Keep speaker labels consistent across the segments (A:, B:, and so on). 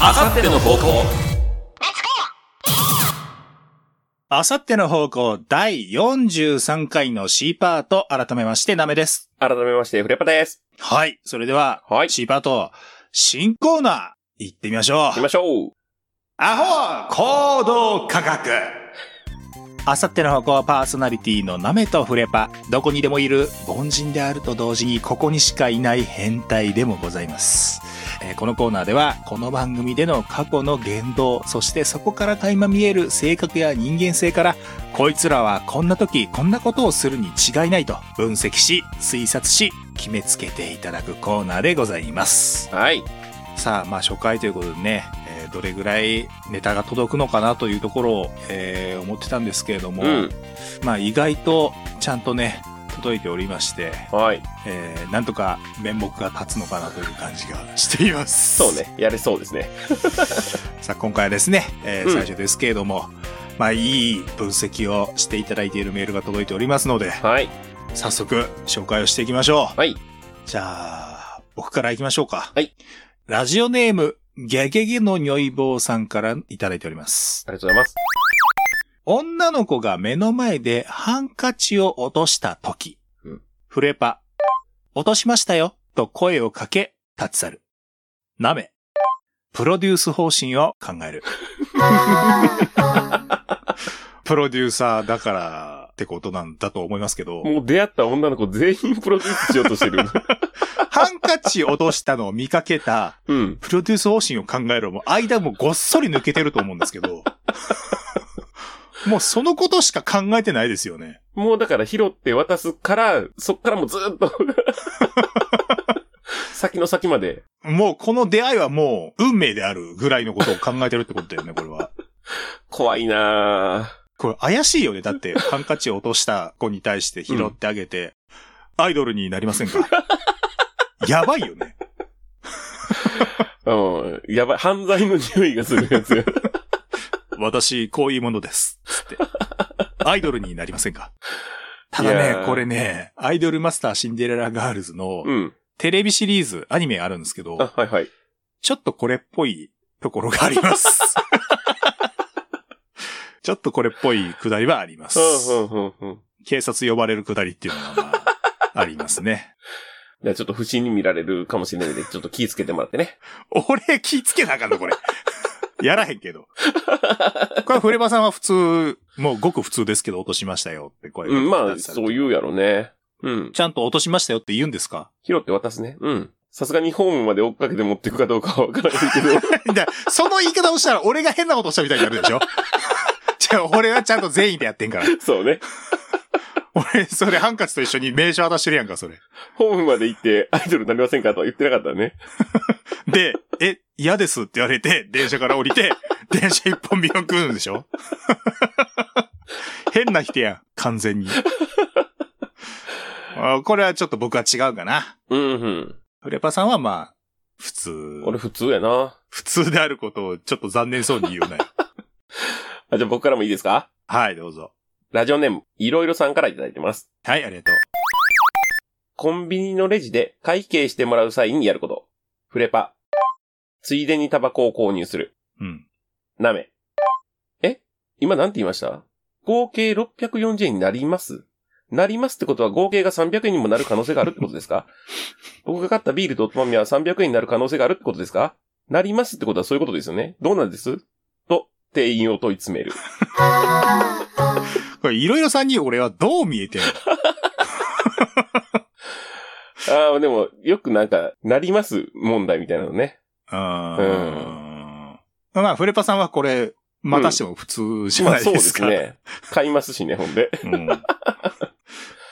A: あさっての方向
B: あさっての方向第43回の C パート、改めましてダメです。
C: 改めまして、フレパです。
B: はい。それでは、
C: はい
B: C パート、新コーナー、行ってみましょ
C: 行き
B: う。
C: ましょう。
B: アホ行動科学あさっての方向パーソナリティのナメとフレパ、どこにでもいる凡人であると同時にここにしかいない変態でもございます。えーこのコーナーではこの番組での過去の言動、そしてそこから垣間見える性格や人間性からこいつらはこんな時こんなことをするに違いないと分析し、推察し、決めつけていただくコーナーでございます。
C: はい。
B: さあ、まあ初回ということでね、えーどれぐらいネタが届くのかなというところを、えー思ってたんですけれども、
C: うん。
B: まあ意外とちゃんとね、届いておりまして、
C: はい。
B: えーなんとか面目が立つのかなという感じがしています。
C: そう。ね。やれそうですね。
B: さあ今回はですね、えー
C: うん
B: 最初ですけれども、まあいい分析をしていただいているメールが届いておりますので、
C: はい。
B: 早速紹介をしていきましょう。
C: はい。
B: じゃあ、僕から行きましょうか。
C: はい。
B: ラジオネーム、ゲゲゲの如意棒さんからいただいております。
C: ありがとうございます。
B: 女の子が目の前でハンカチを落とした時、
C: うん
B: フレパ、落としましたよ、と声をかけ、立ち去る。なめ、プロデュース方針を考 える。プロデューサーだからってことなんだと思いますけど、
C: もう出会った女の子全員プロデュースしようとしてる。
B: ハンカチ落としたのを見かけた
C: うん。
B: プロデュース方針を考えろも、間もごっそり抜けてると思うんですけど。 もうそのことしか考えてないですよね。
C: もうだから拾って渡すから、そっからもうずーっ と。先の先まで。
B: もうこの出会いはもう運命であるぐらいのことを考えてるってことだよね、これは。
C: 怖いな
B: これ怪しいよね。だってハンカチを落とした子に対して拾ってあげて、アイドルになりませんかやばいよね。
C: ぁ。うん。やばい。犯罪の匂いがするや つ。
B: 私、こういうものです。つって。アイドルになりませんかた
C: い
B: だ
C: や
B: ね、
C: ー
B: これね、アイドルマスターシンデレラガールズの
C: うん。
B: テレビシリーズ、アニメあるんですけど、
C: あ、はいはい。
B: ちょっとこれっぽいところがあり ます。ちょっとこれっぽいくだりはあります。
C: うんうんうんうん。
B: 警察呼ばれるくだりっていうのは、まあ、ありますね。
C: じゃあちょっと不審に見られるかもしれないので、ちょっと気ぃつけてもらってね。
B: 俺気ぃつけなあかんの、これ。 やらへんけど。これ、フレバさんは普通、もうごく普通ですけど落としましたよって声が
C: う
B: 出て
C: ん。
B: たり
C: まあ、そう言うやろね。うん。
B: ちゃんと落としましたよって言うんですか
C: 拾って渡すね。うん。さすがにホームまで追っかけて持っていくかどうかはわからない けど。
B: だからその言い方をしたら俺が変なことしたみたいになるでしょ じゃあ俺はちゃんと全員でやってんから。
C: そうね。
B: 俺、それハンカチと一緒に名刺渡してるやんか、それ。
C: ホームまで行ってアイドルになりませんかとは言ってなかったね。
B: で、え、嫌ですって言われて、電車から降りて、電車一本見送るんでしょ 変な人やん、完全に。あこれはちょっと僕は違うかな。
C: うんうん。
B: フレパさんはまあ、普通。
C: 俺普通やな。
B: 普通であることをちょっと残念そうに言うなよ。
C: あ、じゃあ僕からもいいですか
B: はい、どうぞ。
C: ラジオネーム、いろいろさんからいただいてます。
B: はい、ありがとう。
C: コンビニのレジで会計してもらう際にやること。フレパ。ついでにタバコを購入する。
B: うん。
C: なめ。え今なんて言いました合計640円になりますなりますってことは合計が300円にもなる可能性があるってことですか僕が買ったビールとおつまみは300円になる可能性があるってことですかなりますってことはそういうことですよねどうなんですと、店員を問い詰める。
B: これ、いろいろさんに俺はどう見えてるの
C: ああ、でも、よくなんか、なります問題みたいなのね。
B: うーん。まあ、フレパさんはこれ、またしても普通じゃ
C: ま
B: な
C: あ
B: い
C: そう
B: で
C: ですす
B: か。
C: ね。買いますしね、ほんで。
B: うん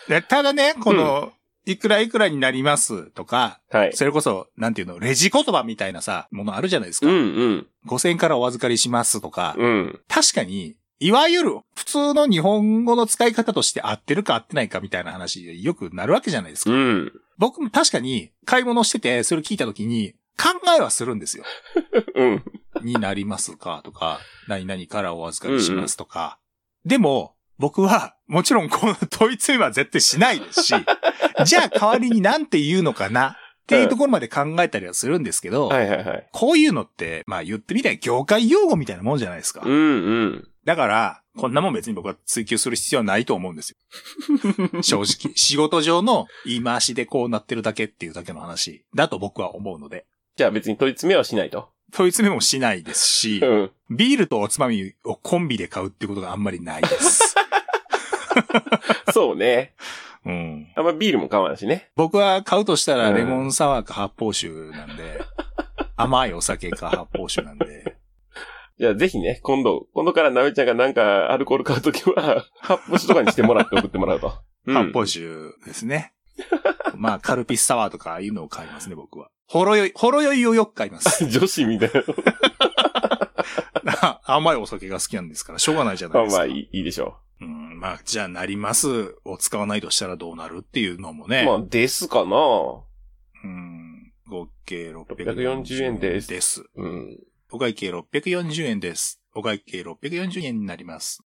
B: でただね、この、いくらいくらになりますとか、
C: はい。
B: それこそ、なんていうの、レジ言葉みたいなさ、ものあるじゃないですか。
C: うんうん。
B: 5000円からお預かりしますとか、
C: うん。
B: 確かに、いわゆる普通の日本語の使い方として合ってるか合ってないかみたいな話、よくなるわけじゃないですか。
C: うん。
B: 僕も確かに、買い物してて、それ聞いたときに、考えはするんですよ。
C: うん。
B: になりますか とか、何々からお預かりしますとか。でも、僕は、もちろんこの問い詰めは絶対しないですし、じゃあ代わりになんて言うのかなっていうところまで考えたりはするんですけど、
C: はいはいはい。
B: こういうのって、まあ言ってみたら業界用語みたいなもんじゃないですか。
C: うんうん。
B: だから、こんなもん別に僕は追求する必要はないと思うんです よ。正直。仕事上の言い回しでこうなってるだけっていうだけの話だと僕は思うので。
C: じゃあ別に問い詰めはしないと。
B: 問い詰めもしないですし
C: う、ん。
B: ビールとおつまみをコンビで買うってことがあんまりないです。
C: そうね。
B: うん、
C: あんまビールも買わないしね。
B: 僕は買うとしたら
C: うん
B: レモンサワーか発泡酒な んで、甘いお酒か発泡酒なんで、
C: じゃあぜひね、今度、今度からなめちゃんがなんかアルコール買うときは、 発泡酒とかにしてもらって送ってもらう と。うん
B: 発泡酒ですね。まあ、カルピスサワーとかああいうのを買いますね、僕は。ほろ酔い、ほろ酔いをよく買います。
C: 女子みたい
B: あ甘いお酒が好きなんですから、しょうがないじゃな
C: な。
B: いです
C: ま
B: か。
C: あいいいいでしょ
B: うん、まあ、じゃあ、なりますを使わないとしたらどうなるっていうのも
C: う。
B: ね。
C: まあですかな
B: うん、合計640
C: 640
B: 円
C: 円
B: で。
C: ですす
B: です。
C: うん。
B: お会計640円です。お会計640円になります。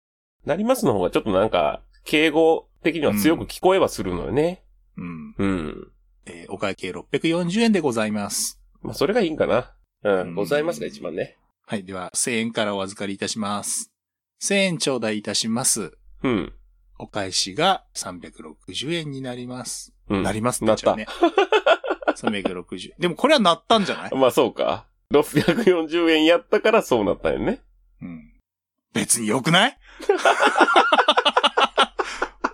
C: なりますの方がちょっとなんか、敬語的には強く聞こえはするのよね。
B: うん。
C: うん。
B: えーお会計640円でございます。
C: まあそれがいいんかな。う
B: うん
C: ん。ございますが一番ね。
B: はい。では、1000円からお預かりいたします。1000円頂戴いたします。
C: うん。
B: お返しが360円になります。
C: うん。
B: なります
C: なっ
B: じゃ
C: た
B: あね。360。でもこれはなったんじゃない
C: まあそうか。640円やったからそうなったよね。
B: うん。別に良くない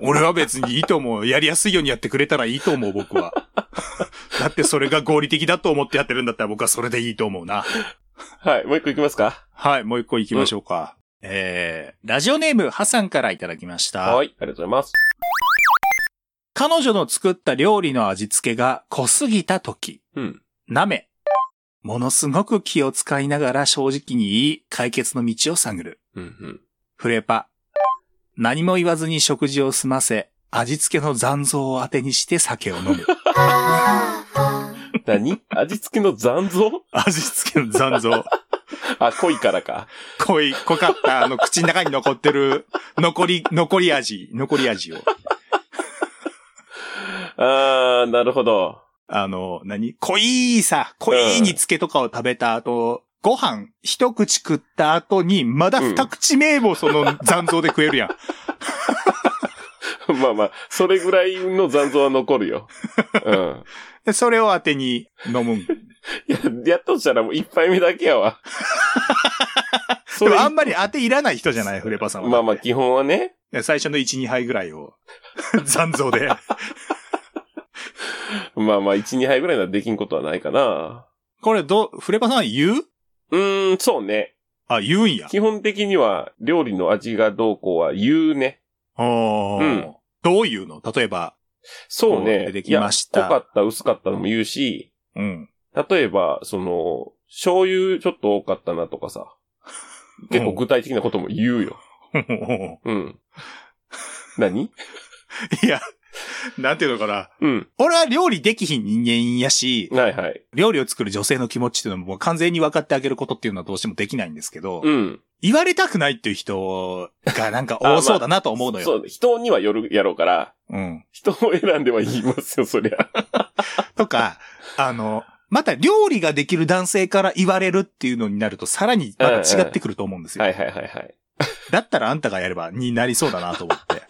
B: 俺は別にいいと思う。やりやすいようにやってくれたらいいと思う、僕は。 だってそれが合理的だと思ってやってるんだったら僕はそれでいいと思うな。
C: はい、もう一個いきますか。
B: はい、もう一個行きましょうか。えー、ラジオネーム、ハさんからいただきました。
C: はい、ありがとうございます。
B: 彼女の作った料理の味付けが濃すぎた時、
C: うん。
B: なめ。ものすごく気を使いながら正直に言い、解決の道を探る。
C: うん、うん。
B: フレパ。何も言わずに食事を済ませ、味付けの残像を当てにして酒を飲む。
C: 何味付けの残像
B: 味付けの残像。
C: あ、濃いからか。
B: 濃い、濃かった、あの、口の中に残ってる、残り、残り味、残り味を。
C: あー、なるほど。
B: あの、何濃いさ、濃い煮付けとかを食べた後、ご飯、一口食った後に、まだ二口目もその残像で食えるやん。
C: まあまあ、それぐらいの残像は残るよ。うん。
B: でそれを当てに飲むん。
C: いや、やっとしたらもう一杯目だけや わ。そ
B: でもあんまり当ていらない人じゃない、フレパさんは。
C: まあまあ、基本はね。
B: で最初の1、2杯ぐらいを、 残像で。
C: まあまあ、1、2杯ぐらいならできんことはないかな。
B: これど、フレパさん言う
C: うーん、そうね。
B: あ、言うんや。
C: 基本的には、料理の味がどうこうは言うね。
B: あー
C: うん
B: どういうの例えば、
C: そう
B: こ
C: ね。
B: うできました
C: いや濃かった、薄かったのも言うし、
B: うん。
C: 例えば、その、醤油ちょっと多かったなとか さ。結構具体的なことも言うよ。 うん。何
B: いや、なんていうのかな。
C: うん。
B: 俺は料理できひん人間やし、
C: はいはい。
B: 料理を作る女性の気持ちっていうのも完全に分かってあげることっていうのはどうしてもできないんですけど、
C: うん。
B: 言われたくないっていう人がなんか多そうだなと思う のよ。
C: そう、人にはよるやろうから、
B: うん。
C: 人を選んでは言いますよ、そり ゃ。
B: とか、あの、また料理ができる男性から言われるっていうのになるとさらにまた違ってくると思うんですよ。
C: はいはいはいはい。
B: だったらあんたがやればになりそうだなと思って。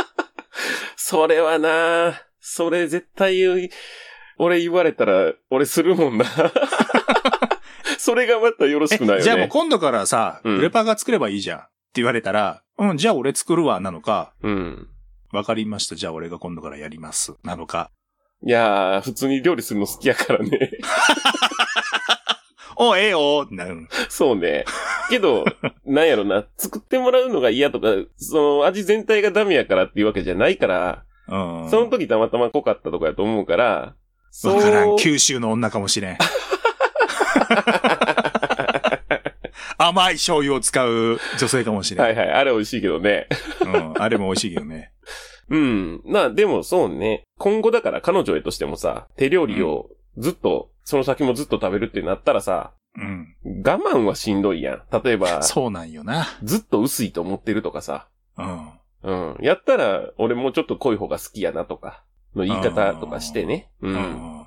C: それはなそれ絶対言う、俺言われたら、俺するも んなそれがまたよろしくないよ
B: え
C: ね。
B: じゃあもう今度からさ、
C: うん
B: フレパが作ればいいじゃんって言われたら、うん、じゃあ俺作るわ、なのか、
C: うん。
B: わかりました、じゃあ俺が今度からやります、なのか。
C: いやー、普通に料理するの好きやからね。
B: お、ええよなる。
C: そうね。けど、なんやろな、作ってもらうのが嫌とか、その味全体がダメやからっていうわけじゃないから、
B: うん。
C: その時たまたま濃かったとかやと思うから、そう
B: わからん、九州の女かもしれん。甘い醤油を使う女性かもしれん。
C: はいはい、あれ美味しいけどね。
B: うん、あれも美味しいけどね。
C: うん。まあでもそうね。今後だから彼女へとしてもさ、手料理をずっと、その先もずっと食べるってなったらさ、
B: うん。
C: 我慢はしんどいやん。例えば、
B: そうなんよな。
C: ずっと薄いと思ってるとかさ。
B: うん。
C: うん。やったら、俺もうちょっと濃い方が好きやなとか、の言い方とかしてね。う。
B: うん ん。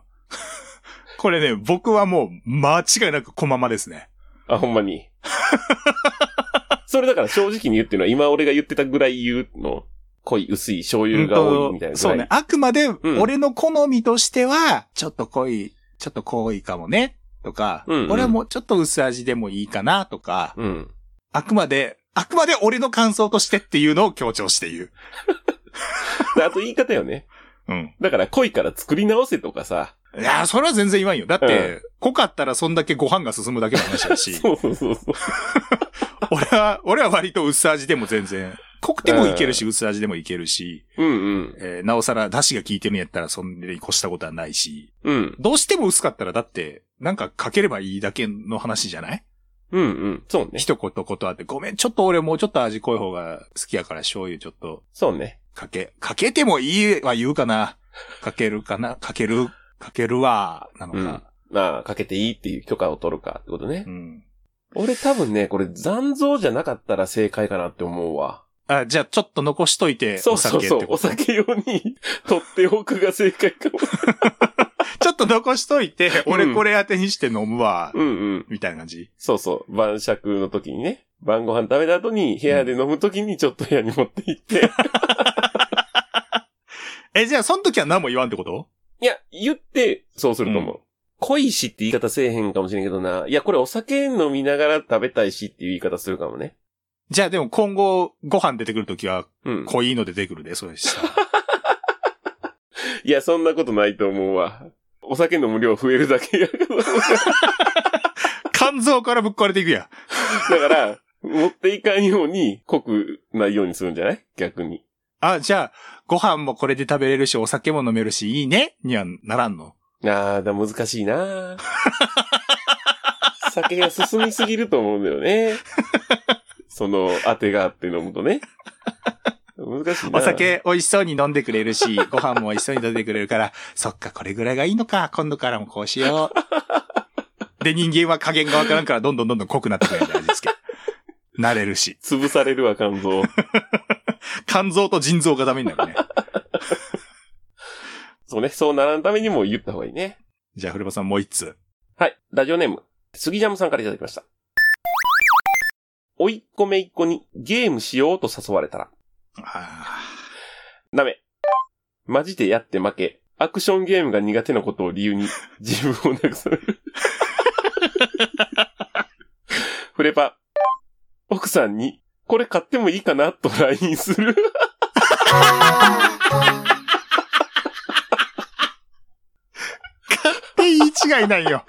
B: これね、僕はもう間違いなくコママですね。
C: あ、ほんまに。 それだから正直に言うっていうのは今俺が言ってたぐらい言うの、濃い、薄い、醤油が多いみたいなぐらい。
B: そうね。。あくまで、
C: ん
B: 俺の好みとしては、ちょっと濃い、ちょっと濃いかもね、とか、
C: うんうん
B: 俺はもうちょっと薄味でもいいかな、とか、
C: うん。
B: あくまで、あくまで俺の感想としてっていうのを強調して言う。
C: であと言い方よね。
B: うん。
C: だから濃いから作り直せとか さ。
B: いやー、それは全然言わんよ。だって、
C: う
B: 濃かったらそんだけご飯が進むだけの話だ し、
C: そうそうそうそう。
B: 俺は、俺は割と薄味でも全然、濃くてもいけるし、薄味でもいけるし、
C: うんうん。
B: えーなおさら、出汁が効いてるんやったらそんでに越したことはないし、
C: うん。
B: どうしても薄かったらだって、なんかかければいいだけの話じゃない
C: うんうん。そうね。
B: 一言断って、ごめん、ちょっと俺もうちょっと味濃い方が好きやから醤油ちょっと
C: そうね。
B: かけ、かけてもいいは言うかな。かけるかなかける、かけるわ、なの
C: うん
B: か。。
C: まあ、かけていいっていう許可を取るかってことね
B: う。ん。
C: 俺多分ね、これ残像じゃなかったら正解かなって思うわ。
B: あ、じゃあちょっと残しといて、
C: そう
B: お
C: そ
B: 酒っ
C: う
B: て
C: そう。
B: こ
C: お
B: と
C: 酒用に 取っておくが正解かも。
B: ちょっと残しといて、
C: うん
B: 俺これ当てにして飲むわ、
C: うんうん。
B: みたいな感じ。
C: そうそう。晩酌の時にね。晩ご飯食べた後に部屋で飲む時にちょっと部屋に持って行って。
B: え、じゃあその時は何も言わんってこと
C: いや、言って、そうすると思う。恋しって言い方せえへんかもしれんけどな。いや、これお酒飲みながら食べたいしっていう言い方するかもね。
B: じゃあでも今後、ご飯出てくる時は
C: うん。
B: 濃いの出てくるで、そうでし たら。
C: いや、そんなことないと思うわ。お酒飲む量増えるだけやから。
B: 肝臓からぶっ壊れていくやん。
C: だから、持っていかんように濃くないようにするんじゃない逆に。
B: あ、じゃあ、ご飯もこれで食べれるし、お酒も飲めるし、いいねにはならんの。
C: あー、だ難しいな 酒が進みすぎると思うんだよね。その、当てがあって飲むとね。難しいな
B: お酒美味しそうに飲んでくれるし、ご飯も美味しそうに飲んでくれるから、そっか、これぐらいがいいのか、今度からもこうしよ う。で、人間は加減がわからんから、どんどんどんどん濃くなってくれるじゃないですか。慣れるし。
C: 潰されるわ、肝臓。
B: 肝臓と腎臓がダメになるね。
C: そうね、そうならんためにも言った方がいいね。
B: じゃあ、古場さんもう一つ。
C: はい。ラジオネーム、杉ジャムさんからいただきました。おいっ子めいっ子にゲームしようと誘われたら、
B: あ
C: ダメ。マジでやって負け。アクションゲームが苦手なことを理由 に自分をなくされる。フレパ。奥さんに、これ買ってもいいかなと LINE する。
B: ーで、言い違いないよ。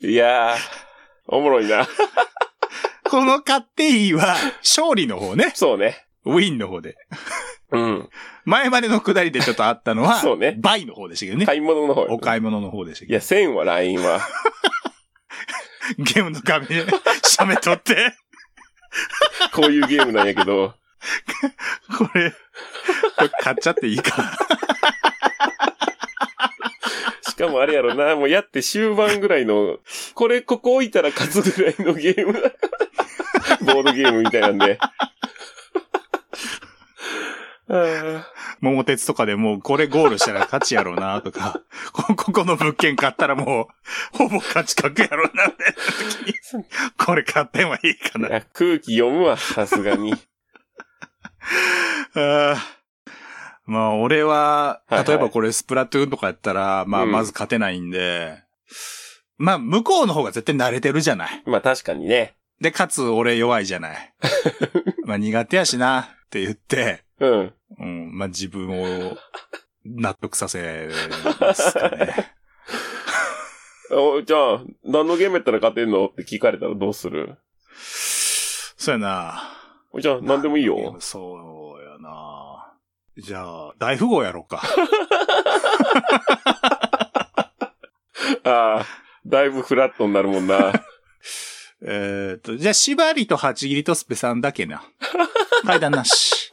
C: いやー、おもろいな。
B: この勝手いいは、勝利の方ね。
C: そうね。
B: ウィンの方で。
C: うん。
B: 前までのくだりでちょっとあったのは、
C: そうね
B: 倍の方でしたけどね。
C: 買い物の方よ
B: お買い物の方でした
C: い
B: けど。
C: や、1000は LINE は。
B: ゲームの画面、写メ撮って。
C: こういうゲームなんやけど。
B: これ、これ買っちゃっていいか。
C: しかもあれやろ な、もうやって終盤ぐらいの、これここ置いたら勝つぐらいのゲー ム。ボードゲームみたいなんで。あー
B: 桃鉄とかでもうこれゴールしたら勝ちやろうなとか、こ、ここの物件買ったらもう、ほぼ勝ち確やろうなみたいな時に、これ買ってもいいかな。
C: いや空気読むわ、さすがに。
B: あーまあ俺は、
C: はいはい
B: 例えばこれスプラトゥーンとかやったら、まあ
C: うん
B: まず勝てないんで、まあ向こうの方が絶対慣れてるじゃない。
C: まあ確かにね。
B: で、かつ俺弱いじ ゃない。まあ苦手やしなって言って、
C: うん。
B: うん、まあ、自分 を納得させますかね。
C: おじゃあ、何のゲームやったら勝てんのって聞かれたらどうする
B: そうやな。
C: おじゃあ、何でもいいよ。。
B: そうやな。じゃあ、大富豪やろうか。
C: ああ、だいぶフラットになるもんな。
B: えっと、じゃあ、縛りと八切りとスペさんだけ な。階段な し。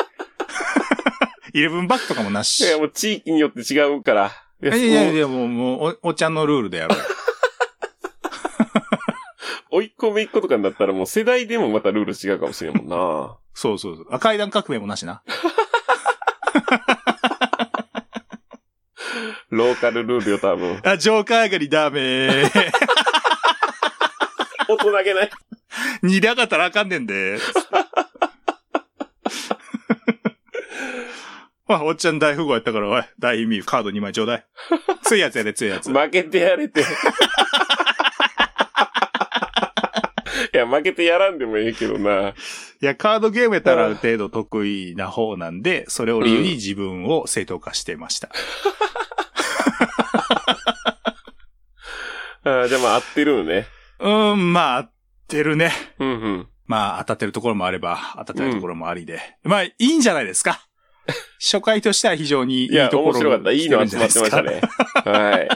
B: イレブンバックとかもなし。
C: いや、もう地域によって違うから。い
B: い
C: や
B: やいやいや、もう、もう、お、お茶のルールでやろう。
C: 追い込め一個とかになったらもう世代でもまたルール違うかもしれんもんな。
B: そうそうそう。あ、階段革命もなしな。
C: ローカルルールよ、多分。
B: あ、ジョーカー上がりダメ。
C: 大人げない。
B: 二で上がったらあかんねん で。まあ、おっちゃん大富豪やったから、おい、大意味、カード2枚ちょうだい。強いやつやで、強いやつ。
C: 負けてやれて。い や、負けてやらんでもええけどな。
B: いや、カードゲームやったらある程度得意な方なんで、それを理由に自分を正当化してました。
C: あーじゃあまあ合ってるのね。
B: うん、まあ、合ってるね。
C: うんうん。
B: まあ、当たってるところもあれば、当たってないところもありで。まあ、いいんじゃないですか。初回としては非常にいい
C: いや、
B: ところ
C: 面白かった。いいの集まってましたね。はい。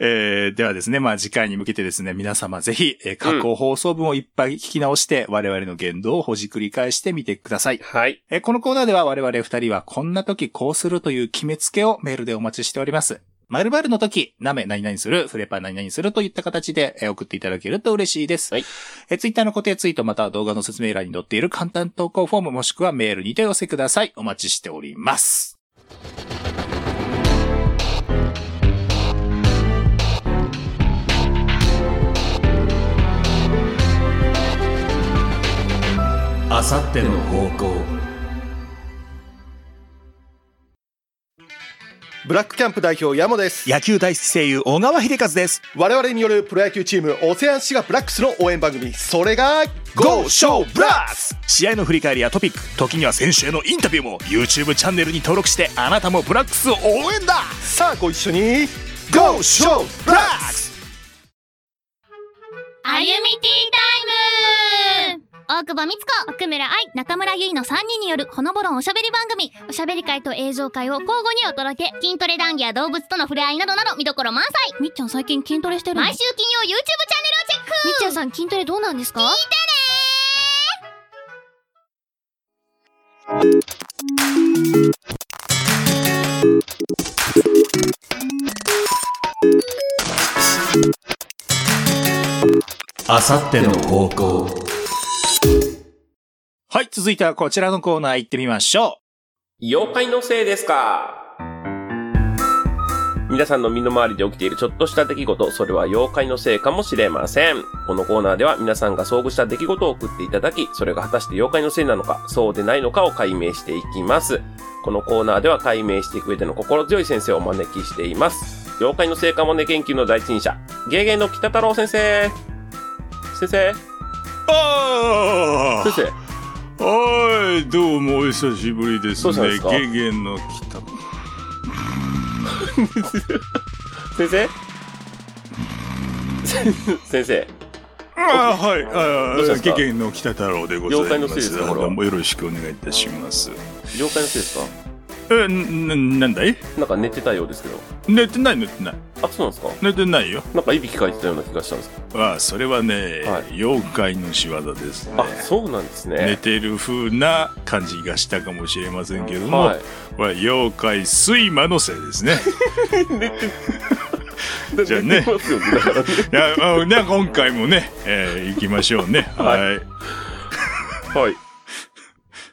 B: えーではですね、まあ次回に向けてですね、皆様ぜひ、えー過去放送文をいっぱい聞き直して、我々の言動をほじくり返してみてください。
C: はい。
B: えーこのコーナーでは我々二人はこんな時こうするという決めつけをメールでお待ちしております。〇〇の時、なめ何々する、フレパ何々するといった形でえー送っていただけると嬉しいです。
C: はい
B: えー。ツイッターの固定ツイートまたは動画の説明欄に載っている簡単投稿フォームもしくはメールにてお寄せください。お待ちしております。あさっての方向
A: ブラックキャンプ代表山です
B: 野球大好き声優小川秀和です
A: 我々によるプロ野球チームオセアンシガブラックスの応援番組それが
B: GO
A: GO!
B: ショーブラス試合の振り返りやトピック時には選手へのインタビューも YouTube チャンネルに登録してあなたもブラックスを応援だ
A: さあご一緒に GO! ショーブラックス
D: あゆみティータイム大久保美津子、奥村愛、中村ゆいの3人によるほのぼろんおしゃべり番組。おしゃべり会と映像会を交互にお届け。筋トレ談義や動物との触れ合いなどなど見どころ満載。みっちゃん最近筋トレしてる毎週金曜 YouTube チャンネルをチェックみっちゃんさん筋トレどうなんですか聞いてね
B: あさっての方向はい続いてはこちらのコーナー行ってみましょ
C: 妖怪のせいですか皆さんの身の回りで起きているちょっとした出来事、それは妖怪のせいかもしれません。このコーナーでは皆さんが遭遇した出来事を送っていただき、それが果たして妖怪のせいなのか、そうでないのかを解明していきます。このコーナーでは解明していく上での心強い先生をお招きしています。妖怪のせいかもね研究の第一人者、ゲーゲーの北太郎先生。先生
B: うあ
C: 先生
B: はいどうもお久しぶりです
C: どうしたんですかゲ
B: ゲンの北
C: 先生先生
B: あーはい、あ
C: どうしたんです
B: ー
C: か
B: ゲゲンの北太郎でございま
C: 妖怪のせいです
B: す。
C: かこれは
B: どうもよろしくお願いいたします。
C: 妖怪のせいですか
B: え、な、なんだい
C: なんか寝てたようですけど。
B: 寝てない寝てない。
C: あ、そうなんですか
B: 寝てないよ。
C: なんかいびきかいてたような気がしたんですけ
B: あーそれはね、
C: はい
B: 妖怪の仕業ですね
C: ど。あ、。そうなんです
B: 寝
C: ね。
B: てる風な感じがしたかもしれませんけども、
C: は
B: これは妖怪睡魔のせいです ね。
C: い。寝て、寝
B: じゃあ
C: て
B: ね
C: ますよね。だからね。
B: いや、あね今回もね、えー行きましょうね。
C: は
B: はい。
C: はい。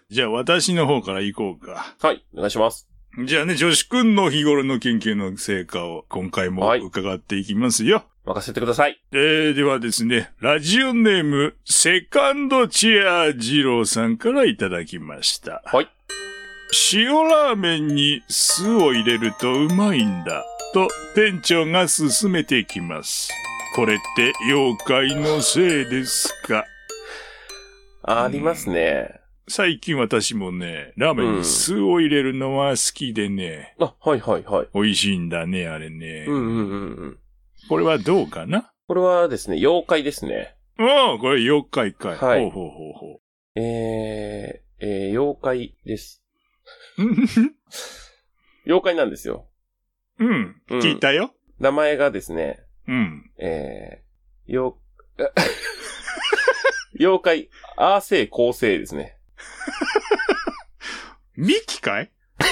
B: じゃあ私の方から行こうか。
C: はい、お願いします。
B: じゃあね、女子くんの日頃の研究の成果を今回も
C: はい
B: 伺っていきますよ。
C: 任せてください。
B: えー、ではですね、ラジオネーム、セカンドチェア二郎さんからいただきました。
C: はい。
B: 塩ラーメンに酢を入れるとうまいんだ、と店長が勧めてきます。これって妖怪のせいですか
C: ありますね。
B: 最近私もね、ラーメンに酢を入れるのは好きでね、
C: あ、はいはいはい。
B: 美味しいんだね、あれね。
C: うんうんうんうん。
B: これはどうかな
C: これはですね、妖怪ですね。
B: おうこれ妖怪かい。
C: はい
B: ほうほうほうほう。
C: えー、えー、妖怪です。妖怪なんですよ。
B: うん。
C: うん
B: 聞いたよ。
C: 名前がですね、
B: うん。
C: えー、妖、 妖怪、アーセイ構成ですね。
B: ミキかい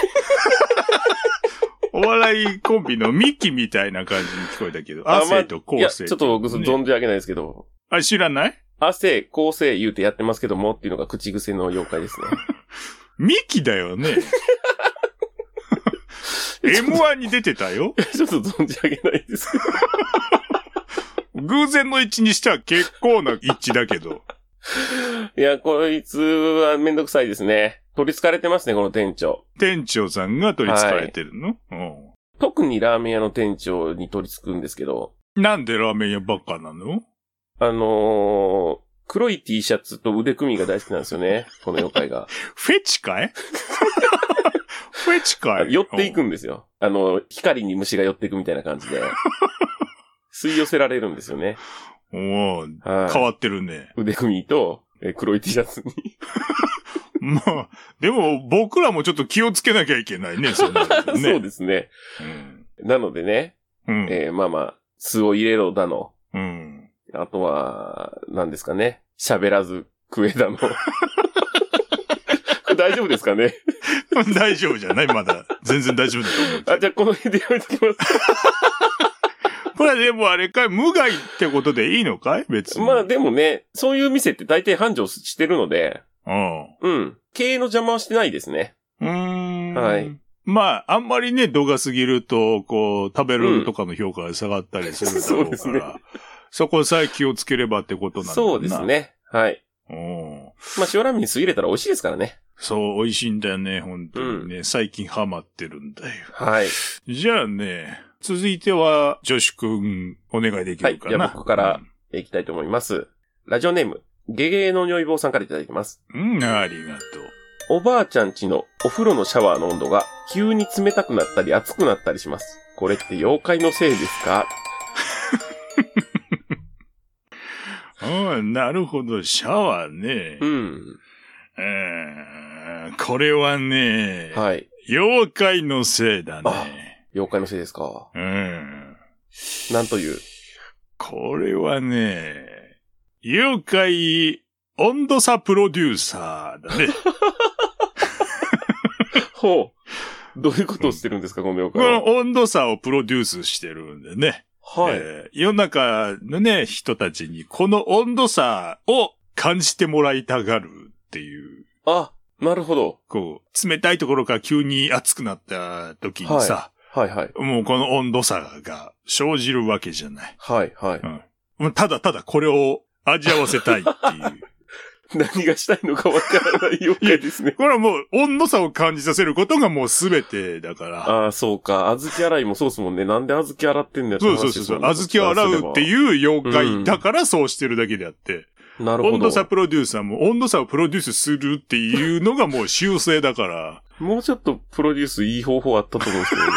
B: お笑いコンビのミキみたいな感じに聞こえたけど。
C: あ
B: 亜生と
C: い
B: 昴
C: や、
B: 生、
C: ちょっと僕、存じ上げないですけど、
B: あ、知らない
C: 汗、構成言うてやってますけどもっていうのが口 癖の妖怪ですね。
B: ミキだよね。 M1 に出てたよ。
C: ちょっと存じ上げないです。
B: 偶然の位置にしては結構な位置だけど。
C: いや、こいつはめんどくさいですね。取り憑かれてますね、この店長。
B: 店長さんが取り憑かれてるの、
C: 特にラーメン屋の店長に取り憑くんですけど、
B: うん。なんでラーメン屋ばっかなの
C: あのー、黒い T シャツと腕組みが大好きなんですよね、この妖 怪が。
B: フェチかい フェチかい
C: 寄っていくんですよ。あの、光に虫が寄っていくみたいな感じ で。吸い寄せられるんですよね。
B: おう変
C: は
B: わってるね。
C: い。腕組みと、えー黒い T シャツに。
B: まあ、でも僕らもちょっと気をつけなきゃいけないね、そんなのね。
C: そうですね。
B: うん。
C: なのでね、
B: うん。
C: えーまあまあ、酢を入れろだの。
B: うん。
C: あとは、何ですかね。喋らず食え だの。これ大丈夫ですかね。
B: 大丈夫じゃないまだ。全然大丈夫だと思うけ
C: あ、じゃあこの辺でやめときます。
B: ど。これはでもあれかい無害ってことでいいのかい別 に。
C: まあでもね、そういう店って大体繁盛してるので、
B: うん。
C: うん。経営の邪魔はしてないですね。
B: うーん。
C: はい。
B: まあ、あんまりね、度が過ぎると、こう、食べるとかの評価が下がったりするだろ
C: うん
B: う
C: そ
B: か
C: うで
B: ら、
C: す
B: そこさえ気をつければってことなんだ
C: そうです。ね。はい。
B: うん。
C: まあ塩ラーメンに酢入れたら美味しいですからね。
B: そう、美味しいんだよね、本当にね。最近ハマってるんだよ。
C: はい。
B: じゃあね、続いては、ジョシュ君、お願いできるかな。
C: はいじゃあ僕からいきたいと思います。ラジオネーム、ゲゲゲの如意棒さんからいただきます。
B: うん。うん、ありがと
C: おばあちゃんちのお風呂のシャワーの温度が急に冷たくなったり熱くなったりします。これって妖怪のせいですか
B: う。うん、なるほど、シャワーね。
C: うん。
B: うん、これはね、
C: はい。
B: 妖怪のせいだね。
C: 妖怪のせいですか。
B: うん。
C: なんという。
B: これはね、妖怪温度差プロデューサー だね。
C: ほう。どういうことをしてるんですか、この妖
B: こ
C: 怪は
B: の。温度差をプロデュースしてるんでね。
C: はい。
B: えー世の中のね、人たちにこの温度差を感じてもらいたがるっていう。
C: あ、なるほど。
B: こう、冷たいところから急に暑くなった時にさ、
C: はいはい。
B: もうこの温度差が生じるわけじゃない。
C: はいはい。
B: もうただただこれを味合わせ たいっていう。
C: 何がしたいのかわからない妖怪ですね。
B: これはもう温度差を感じさせることがもう全てだから。
C: ああ、そうか。小豆洗いもそうですもんね。なんで小豆洗ってんだよ。
B: そうそうそうそう。小豆を洗うって
C: う。
B: いう妖
C: うん
B: 怪だからそうしてるだけであって、
C: なるほ
B: 温度差
C: ど。
B: プロデューサーも温度差をプロデュースするっていうのがもう修正だから。
C: もうちょっとプロデュースいい方法あったと思うんですけど ね。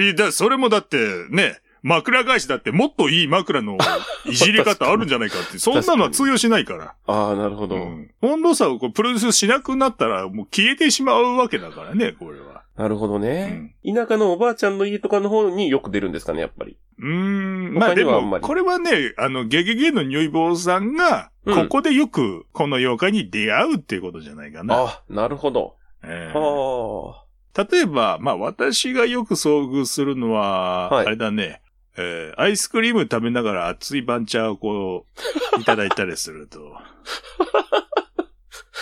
B: いやだそれもだってね、枕返しだってもっといい枕 のいじり方あるんじゃないかって、そんなのは通用しないから。
C: ああ、なるほど。
B: うん温度差をこうプロデュースしなくなったらもう消えてしまうわけだからね、これは。
C: なるほどね、田舎のおばあちゃんの家とかの方によく出るんですかね、やっぱり。
B: うーん。ま
C: 他
B: あ
C: に
B: で
C: はあんま
B: も、
C: り
B: これはね、あの、ゲゲゲの如意棒さんが、
C: うん
B: ここでよくこの妖怪に出会うっていうことじゃないかな。
C: あなるほど。
B: ええ
C: は
B: 例えば、まあ私がよく遭遇するのは、
C: はい
B: あれだね、えーアイスクリーム食べながら熱い番茶をこ う、いただいたりすると、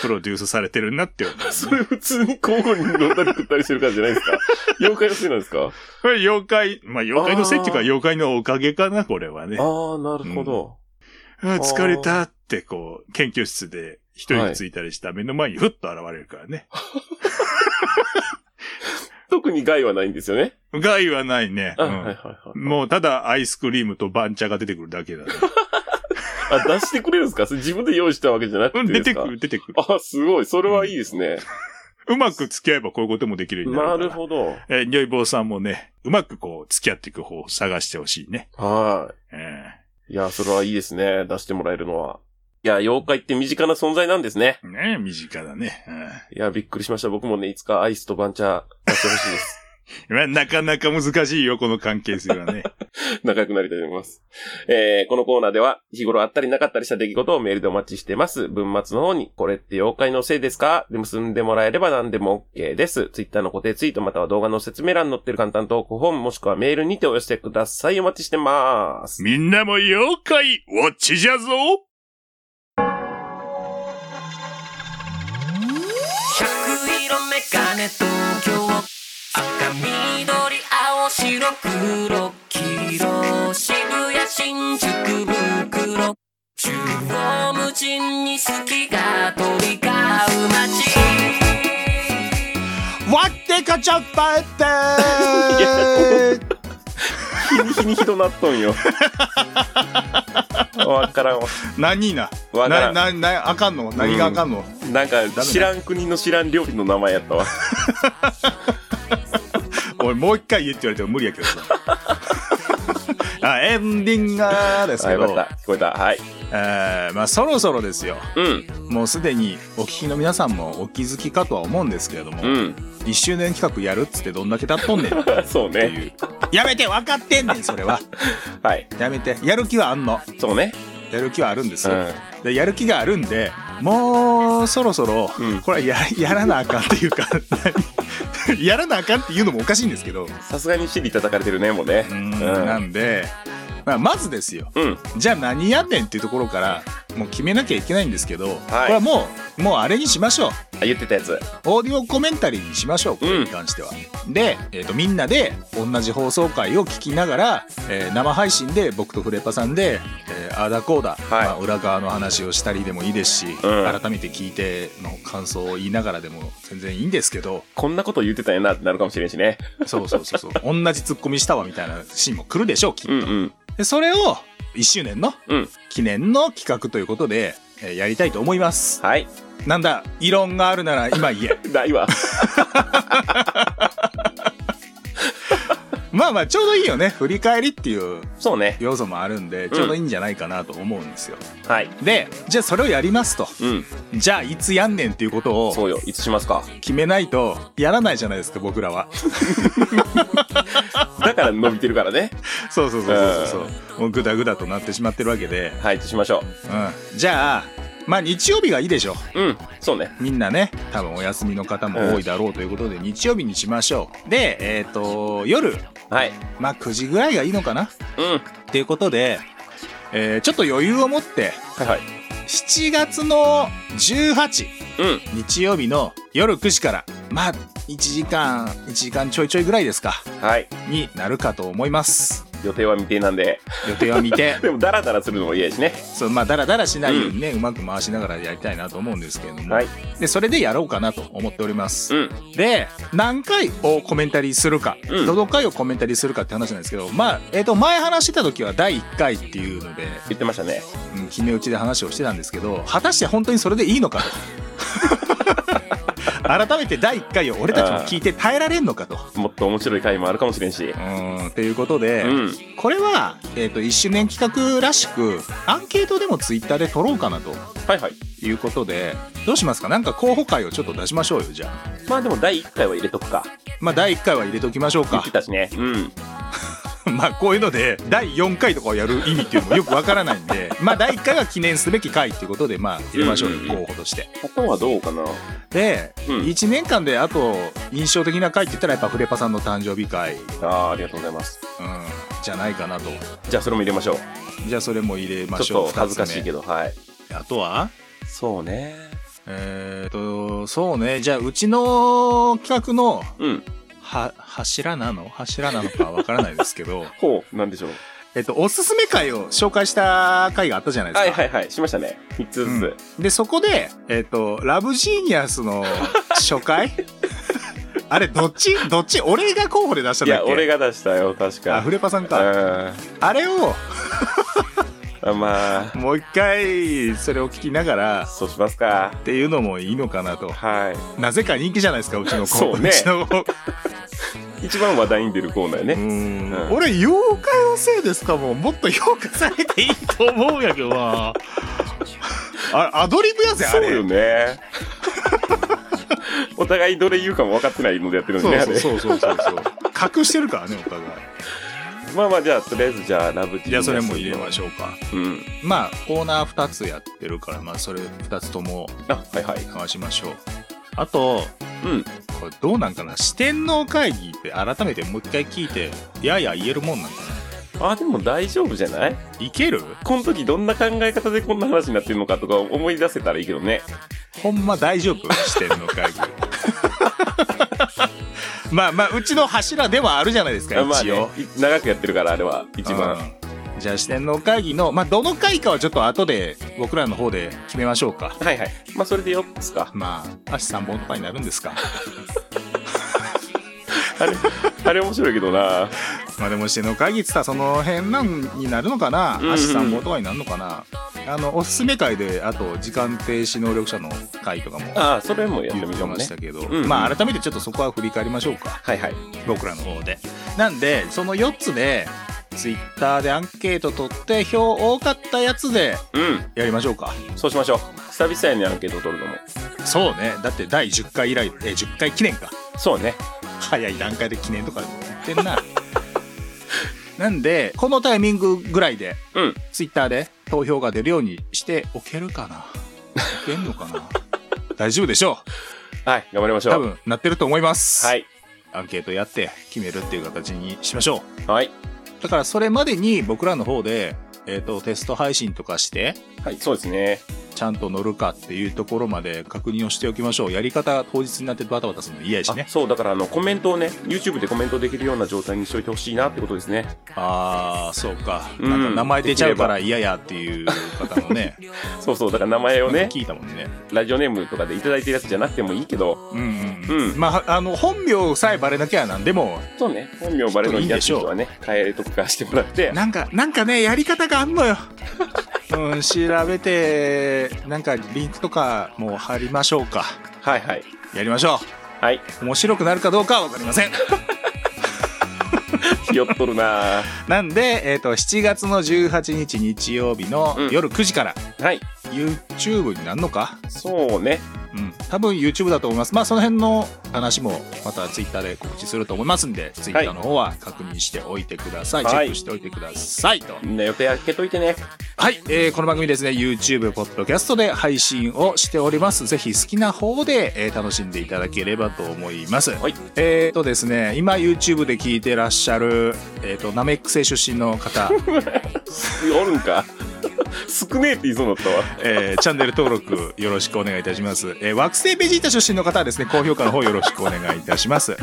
B: プロデュースされてるなって思うね、
C: あ。 それ普通に交互に飲んだり食ったりしてる感じじゃない ですか。妖怪のせいなんですか
B: これ妖怪、まあ妖怪のせいっていうか
C: あー
B: 妖怪のおかげかな、これはね。
C: ああ、なるほど。
B: あ疲れたってこう、研究室で一人がついたりしたら目の前にふっと現れるからね。
C: 特に害はないんですよね。
B: 害はないね。
C: あ、
B: うん
C: はいはいはい。
B: もうただアイスクリームと番茶が出てくるだ けだね。
C: あ、出してくれるんですかそれ自分で用意したわけじゃなく
B: う
C: てで
B: ん、
C: す
B: 出て
C: か
B: くる、出てくる。
C: あ、すごい。それはいいですね。
B: うまく付き合えばこういうこともできるようにな
C: な
B: る
C: る
B: から。
C: ほど。
B: えー、にょいぼうさんもね、うまくこう、付き合っていく方を探してほしいね。
C: は
B: え
C: い。いや、それはいいですね。出してもらえるのは。いや、妖怪って身近な存在なんですね。
B: えねえ、身近だね。うん
C: いや、びっくりしました。僕もね、いつかアイスと番茶出してほしいです。
B: まあ、なかなか難しいよ、この関係性は ね。
C: 仲良くなりたいと思います。えー、このコーナーでは、日頃あったりなかったりした出来事をメールでお待ちしてます。文末の方に、これって妖怪のせいですかで結んでもらえれば何でも OK です。Twitter の固定ツイートまたは動画の説明欄に載ってる簡単投稿本、もしくはメールにてお寄せください。お待ちしてます。
B: みんなも妖怪、ウォッチじゃぞ
E: 百色メガネ東京赤緑青白黒黄色渋谷新宿袋中央無尽に好きが飛び交う街
B: わってかちゃったって
C: 日に日にひどなっとんよ。わからんわ。
B: 何な
C: わから
B: なんななあかんの何があかんの、
C: なんか、知らん国の知らん料理の名前やったわ。
B: 俺もう一回言えって言われても無理やけどさ あエンディングがです
C: あ、
B: け
C: よか
B: ど
C: っ、た。聞こえた。はい。
B: えーまあ、そろそろですよ
C: うん。
B: もうすでにお聞きの皆さんもお気づきかとは思うんですけれども、
C: うん。
B: 1周年企画やるっつってどんだけ経っとんねんっ
C: そう
B: てい
C: ね。
B: うやめて分かってんねんそれは
C: はい。
B: やめてやる気はあんの
C: そうね。
B: やる気はあるんです
C: う
B: よ、
C: ん。
B: でやる気があるんでもうそろそろ
C: うん
B: これはややらなあかんっていうか何 やらなあかんっていうのもおかしいんですけど、
C: さすがに尻叩かれてるね、もうね。
B: うんなんで、まあ、まずですよ
C: うん。
B: じゃあ何やんねんっていうところからもう決めなきゃいけないんですけど、これはもうもうあれにしましょう
C: あ、言ってたやつ。
B: オーディオコメンタリーにしましょうこれに関しては。で、えー、とみんなで同じ放送回を聞きながら、えー生配信で僕とフレパさんで、えー、あーだこうだ、
C: はい
B: まあ、裏側の話をしたりでもいいですし、
C: ん
B: 改めて聞いての感想を言いながらでも全然いいんですけど
C: こんなこと言ってたんやなってなるかもしれんしね。
B: そうそうそうそう 同じツッコミしたわみたいなシーンも来るでしょうきっと。
C: うんうん。
B: でそれを1周年の
C: うん
B: 記念の企画ということで、えーやりたいと思います。
C: はい。
B: なんだ異論があるなら今言え。
C: ないわ。
B: まあまあちょうどいいよね振り返りっていう
C: そうね。
B: 要素もあるんで
C: ん
B: ちょうどいいんじゃないかなと思うんですよ、
C: はい。
B: でじゃあそれをやりますと
C: うん。
B: じゃあいつやんねんっていうこと
C: そ
B: を
C: うよ。いつしますか。
B: 決めないとやらないじゃないですか僕らは
C: だから伸びてるからね。
B: そうそうそうそうそうもうグダグダとなってしまってるわけで、
C: はい、いつしましょ
B: うん、じゃあまあ日曜日がいいでしょう
C: う。うん。そうね。
B: みんなね多分お休みの方も多いだろうということで日曜日にしましょうでえっ、と夜
C: はい。
B: まあ9時ぐらいがいいのかなっ
C: うん。は
B: ていうことで、えーちょっと余裕を持って
C: いはい。
B: 7月の18
C: うん。
B: 日曜日の夜9時からまあ1時間1時間ちょいちょいぐらいですか
C: はい。
B: になるかと思います
C: 予定は未定なんで。
B: 予定は 見て
C: でも、ダラダラするのも嫌やしね。
B: そうまあダラダラしないようにね、うまく回しながらやりたいなと思うんですけれども、
C: はい。
B: でそれでやろうかなと思っております、
C: うん。
B: で何回をコメンタリーするか、
C: うん
B: どの回をコメンタリーするかって話なんですけどまあえっ、と前話してた時は第1回っていうので、
C: 言ってましたね。
B: うん、決め打ちで話をしてたんですけど果たして本当にそれでいいのかと 改めて第1回を俺たちも聞いて耐えられんのかと。
C: もっと面白い回もあるかもしれんし
B: う。んっていうことで、
C: うん。
B: これは、えー、と1周年企画らしくアンケートでもツイッターで取ろうかなと
C: はいはい。
B: いうことでどうしますかなんか候補回をちょっと出しましょうよじゃあ
C: まあでも、第1回は入れとくか。
B: まあ第1回は入れておきましょう
C: 言
B: か
C: ってたしね。うん。
B: まあこういうので第4回とかをやる意味っていうのもよくわからないんでまあ第1回は記念すべき回っていうことでまあ入れましょうよ、
C: うんうんうん
B: 候補として
C: あとはどうかな。
B: で、
C: うん
B: 1年間であと印象的な回って言ったらやっぱフレパさんの誕生日会、うん、
C: あーありがとうございます。
B: じゃないかなと
C: じゃあ、それも入れましょう。
B: じゃあそれも入れまし
C: ちょ
B: ょう
C: っと恥ずかしいけ
B: ど
C: ど、はい。
B: あとは
C: そうね。
B: えー、とそうねじゃあうちの企画の
C: うん。
B: は柱なの柱なのかわからないです けど
C: ほう、なんでしょう。
B: えっとおすすめ回を紹介した回があったじゃないです
C: は
B: か。
C: いはいはい。しましたね。3つずつ。
B: でそこで、えっとラブジーニアスの初 回あれどっちどっち俺が候補で出したん
C: い
B: だっ
C: や、
B: け
C: 俺が出したよ、確か。
B: あフレパさんかあれを
C: うん。あまあ、
B: もう一回それを聞きながら
C: そうしますか。
B: っていうのもいいのかなと
C: は
B: なぜか人気じゃないですかうちの
C: そうね
B: ちの
C: い。一番話題に出るコーナー
B: う
C: ね。
B: ん
C: うん
B: 俺妖怪のせいですかもうもっと評価されていいと思うんやけどなあれアドリブやぜあ
C: そ
B: れ
C: うよね。お互いどれ言うかも分かってないのでやってるんで
B: そう
C: ね。あ
B: そう
C: れ
B: そうそうそうそう隠してるからねお互い
C: まあまあ、じゃあ、とりあえず、じゃあ、ラブ
B: じゃあそれも入れまし
C: ょ
B: ょうか
C: う。うん。
B: まあコーナー2つやってるからまあそれ2つとも
C: あ、はいはい。
B: 回しましょうあと
C: うん。
B: これどうなんかな四天王会議って改めてもう一回聞いてやや言えるもんなんか
C: あ、でも大丈夫じゃない
B: ないける
C: この時どんな考え方でこんな話になってるのかとか思い出せたらいいけどね。
B: ほんま大丈夫四天王会議まあまあ、うちの柱ではあるじゃないですか、
C: まあ
B: 一応
C: ね。、長くやってるから、あれは、一番。
B: うんじゃあ四天王会議の、まあ、どの会かはちょっと後で僕らの方で決めましょうか
C: はいはい。まあ、それでよっす か。
B: まあ足3本とかになるんですか
C: あれ、あれ面白いけどな。
B: まあでも四天王会議っつったらその辺なんになるのかな
C: うんうん
B: 足3本とかになるのかな、あのおすすめ会であと時間停止能力者の会とかも
C: ああ、それもやって
B: 言
C: み
B: って
C: よう
B: ま
C: ね
B: し。たけど、
C: うんうん
B: まあ改めてちょっとそこは振り返りましょうか
C: はいはい。
B: 僕らの方でなんでその4つでツイッターでアンケート取って票多かったやつで
C: う
B: やりましょうか
C: ん。そうしましょう。久々やね、アンケート取るのも。
B: そうねだって第10回以来、えー10回記念か
C: そうね。
B: 早い段階で記念とか言 ってんななんでこのタイミングぐらいで
C: うん。
B: ツイッターで投票が出るようにしておけるかなおけんのか な大丈夫でしょ
C: はい、頑張りまし
B: う
C: ょ
B: 多
C: う。
B: 分なってると思います、
C: はい。
B: アンケートやって決めるっていう形にしましょう
C: はい。
B: だからそれまでに僕らの方で、えー、とテスト配信とかして
C: はい、そうですね。
B: ちゃんと乗るかっていうところまで確認をしておきましょうやり方当日になってバタバタするの嫌やし
C: あ
B: ね
C: そう、だからあの、コメントをね、YouTube でコメントできるような状態にしといてほしいなってことですね。
B: ああーそうか,、
C: うん
B: なんか名前出ちゃうから嫌やっていう方 もね
C: そうそう、だから名前を
B: なん
C: ね
B: か、聞いたもんね
C: ラジオネームとかでいただいてるやつじゃなくてもいいけど、
B: うんうん、
C: うん
B: まああの本名さえバレなきゃなんでも
C: そうね、本名バレの嫌っていう人はね、変えとかしてもらって、
B: なんかなんかねやり方があんのようん、調べてなんかリンクとかも貼りましょうか
C: はいはい。
B: やりましょ
C: はい、
B: う面白くなるかどうかは分かりませ ん
C: ひよっとるなぁ
B: なんで、えー、と7月の18日日曜日の
C: うん
B: 夜9時から、
C: はい、
B: YouTube になるのか、
C: そうね。
B: うん、多分 YouTube だと思いますまあその辺の話もまた Twitter で告知すると思いますんで Twitter の方は確認しておいてください、
C: はい
B: チェックしておいてくださいと
C: みんな予定開けといてね。
B: はい、えーこの番組ですね YouTube ポッドキャストで配信をしておりますぜひ好きな方で、えー楽しんでいただければと思います
C: はい、
B: えーとですね今 YouTube で聞いてらっしゃるえっ、とナメック星出身の方
C: おるんか。 少ねえって言いそうだったわ。
B: えーチャンネル登録よろしくお願いいたします、えー惑星ベジータ出身の方はですね高評価の方よろしくお願いいたします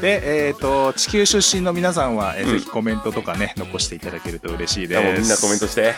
B: でえっ、と地球出身の皆さんは、えー
C: うん
B: ぜひコメントとかね残していただけると嬉しい
C: でも
B: で
C: みんな
B: す
C: コメントして。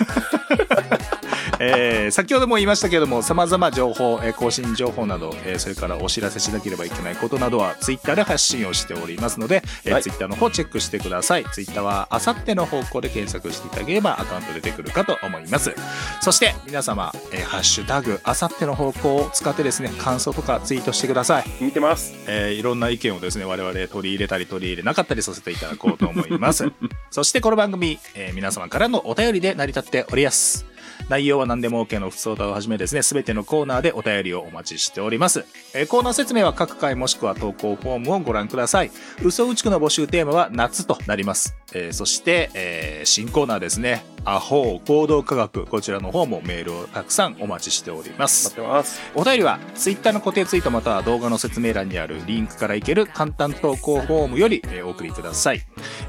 B: えー先ほども言いましたけれどもさまざま情報、えー更新情報など、えーそれからお知らせしなければいけないことなどはツイッターで発信をしておりますので、え
C: はい
B: ツイッター Twitter の方チェックしてくださいツイッターはあさっての方向で検索していただければアカウント出てくるかと思いますそして皆様、えーハッシュタグあさっての方向を使ってですね感想とかツイートしてください
C: 見てます。
B: えーいろんな意見をですね我々取り入れたり取り入れなかったりさせていただこうと思いますそしてこの番組、えー皆様からのお便りで成り立っております内容は何でも OK の普通歌をはじめですね全てのコーナーでお便りをお待ちしております、えーコーナー説明は各回もしくは投稿フォームをご覧ください嘘うちくの募集テーマは夏となります、えーそして、えー新コーナーですねアホ行動科学こちらの方もメールをたくさんお待ちしております
C: 待ってます。
B: お便りは Twitter の固定ツイートまたは動画の説明欄にあるリンクからいける簡単投稿フォームよりえーお送りください。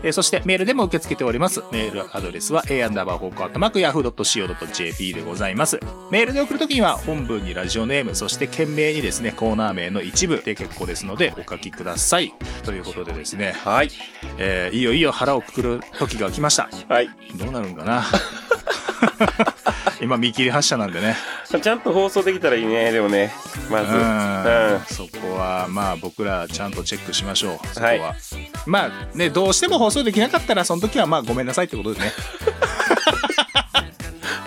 B: えーそしてメールでも受け付けております。メールアドレスは a アンダーバー方向アットマーク yahoo.co.jp でございます。メールで送るときには本文にラジオネーム、そして件名にですね、コーナー名の一部で結構ですのでお書きください。ということでですね、
C: はい。
B: えーいいよいいよ腹をくくる時が来ました。
C: はい。
B: どうなるんかな 今見切り発車なんでね。
C: ちゃんと放送できたらいいね、でもね。まず。うん。
B: うんそこはまあ僕らちゃんとチェックしましょうそこは、
C: はい
B: まあねどうしても放送できなかったらその時はまあごめんなさいってことでね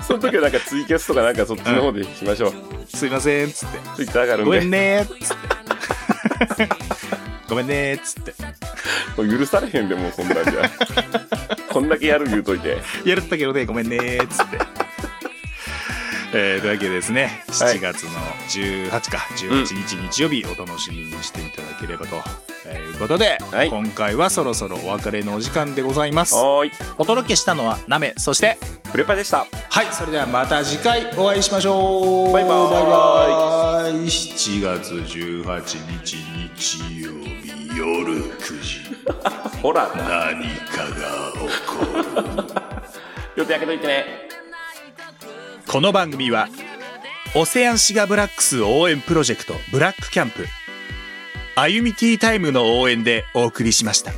C: その時はなんかツイキャスとかなんかそっちの方でしましょう。
B: すいませんっつって
C: ツイッター上がるん
B: ごめ
C: で
B: ん。ねーっつってごめんねーっつって
C: もう許されへんでもうそんなんじゃ。こんだけやる言うとい て。
B: やるったけどねごめんねーっつってえー、というわけでですね
C: はい
B: 7月の18か18日日曜日お楽しみにしていただければと、えーいうことで、
C: はい
B: 今回はそろそろお別れのお時間でございます
C: おーい。
B: お届けしたのはナメそして
C: フレパでした。
B: はい、それではまた次回お会いしましょう。
C: バイバ
B: イバイバイ。7月18日日曜日夜9時、
C: ほら、
B: 何かが起こる。
C: 予定開けといてね。
B: この番組は、オセアンシガブラックス応援プロジェクトブラックキャンプ、あゆみティータイムの応援でお送りしました。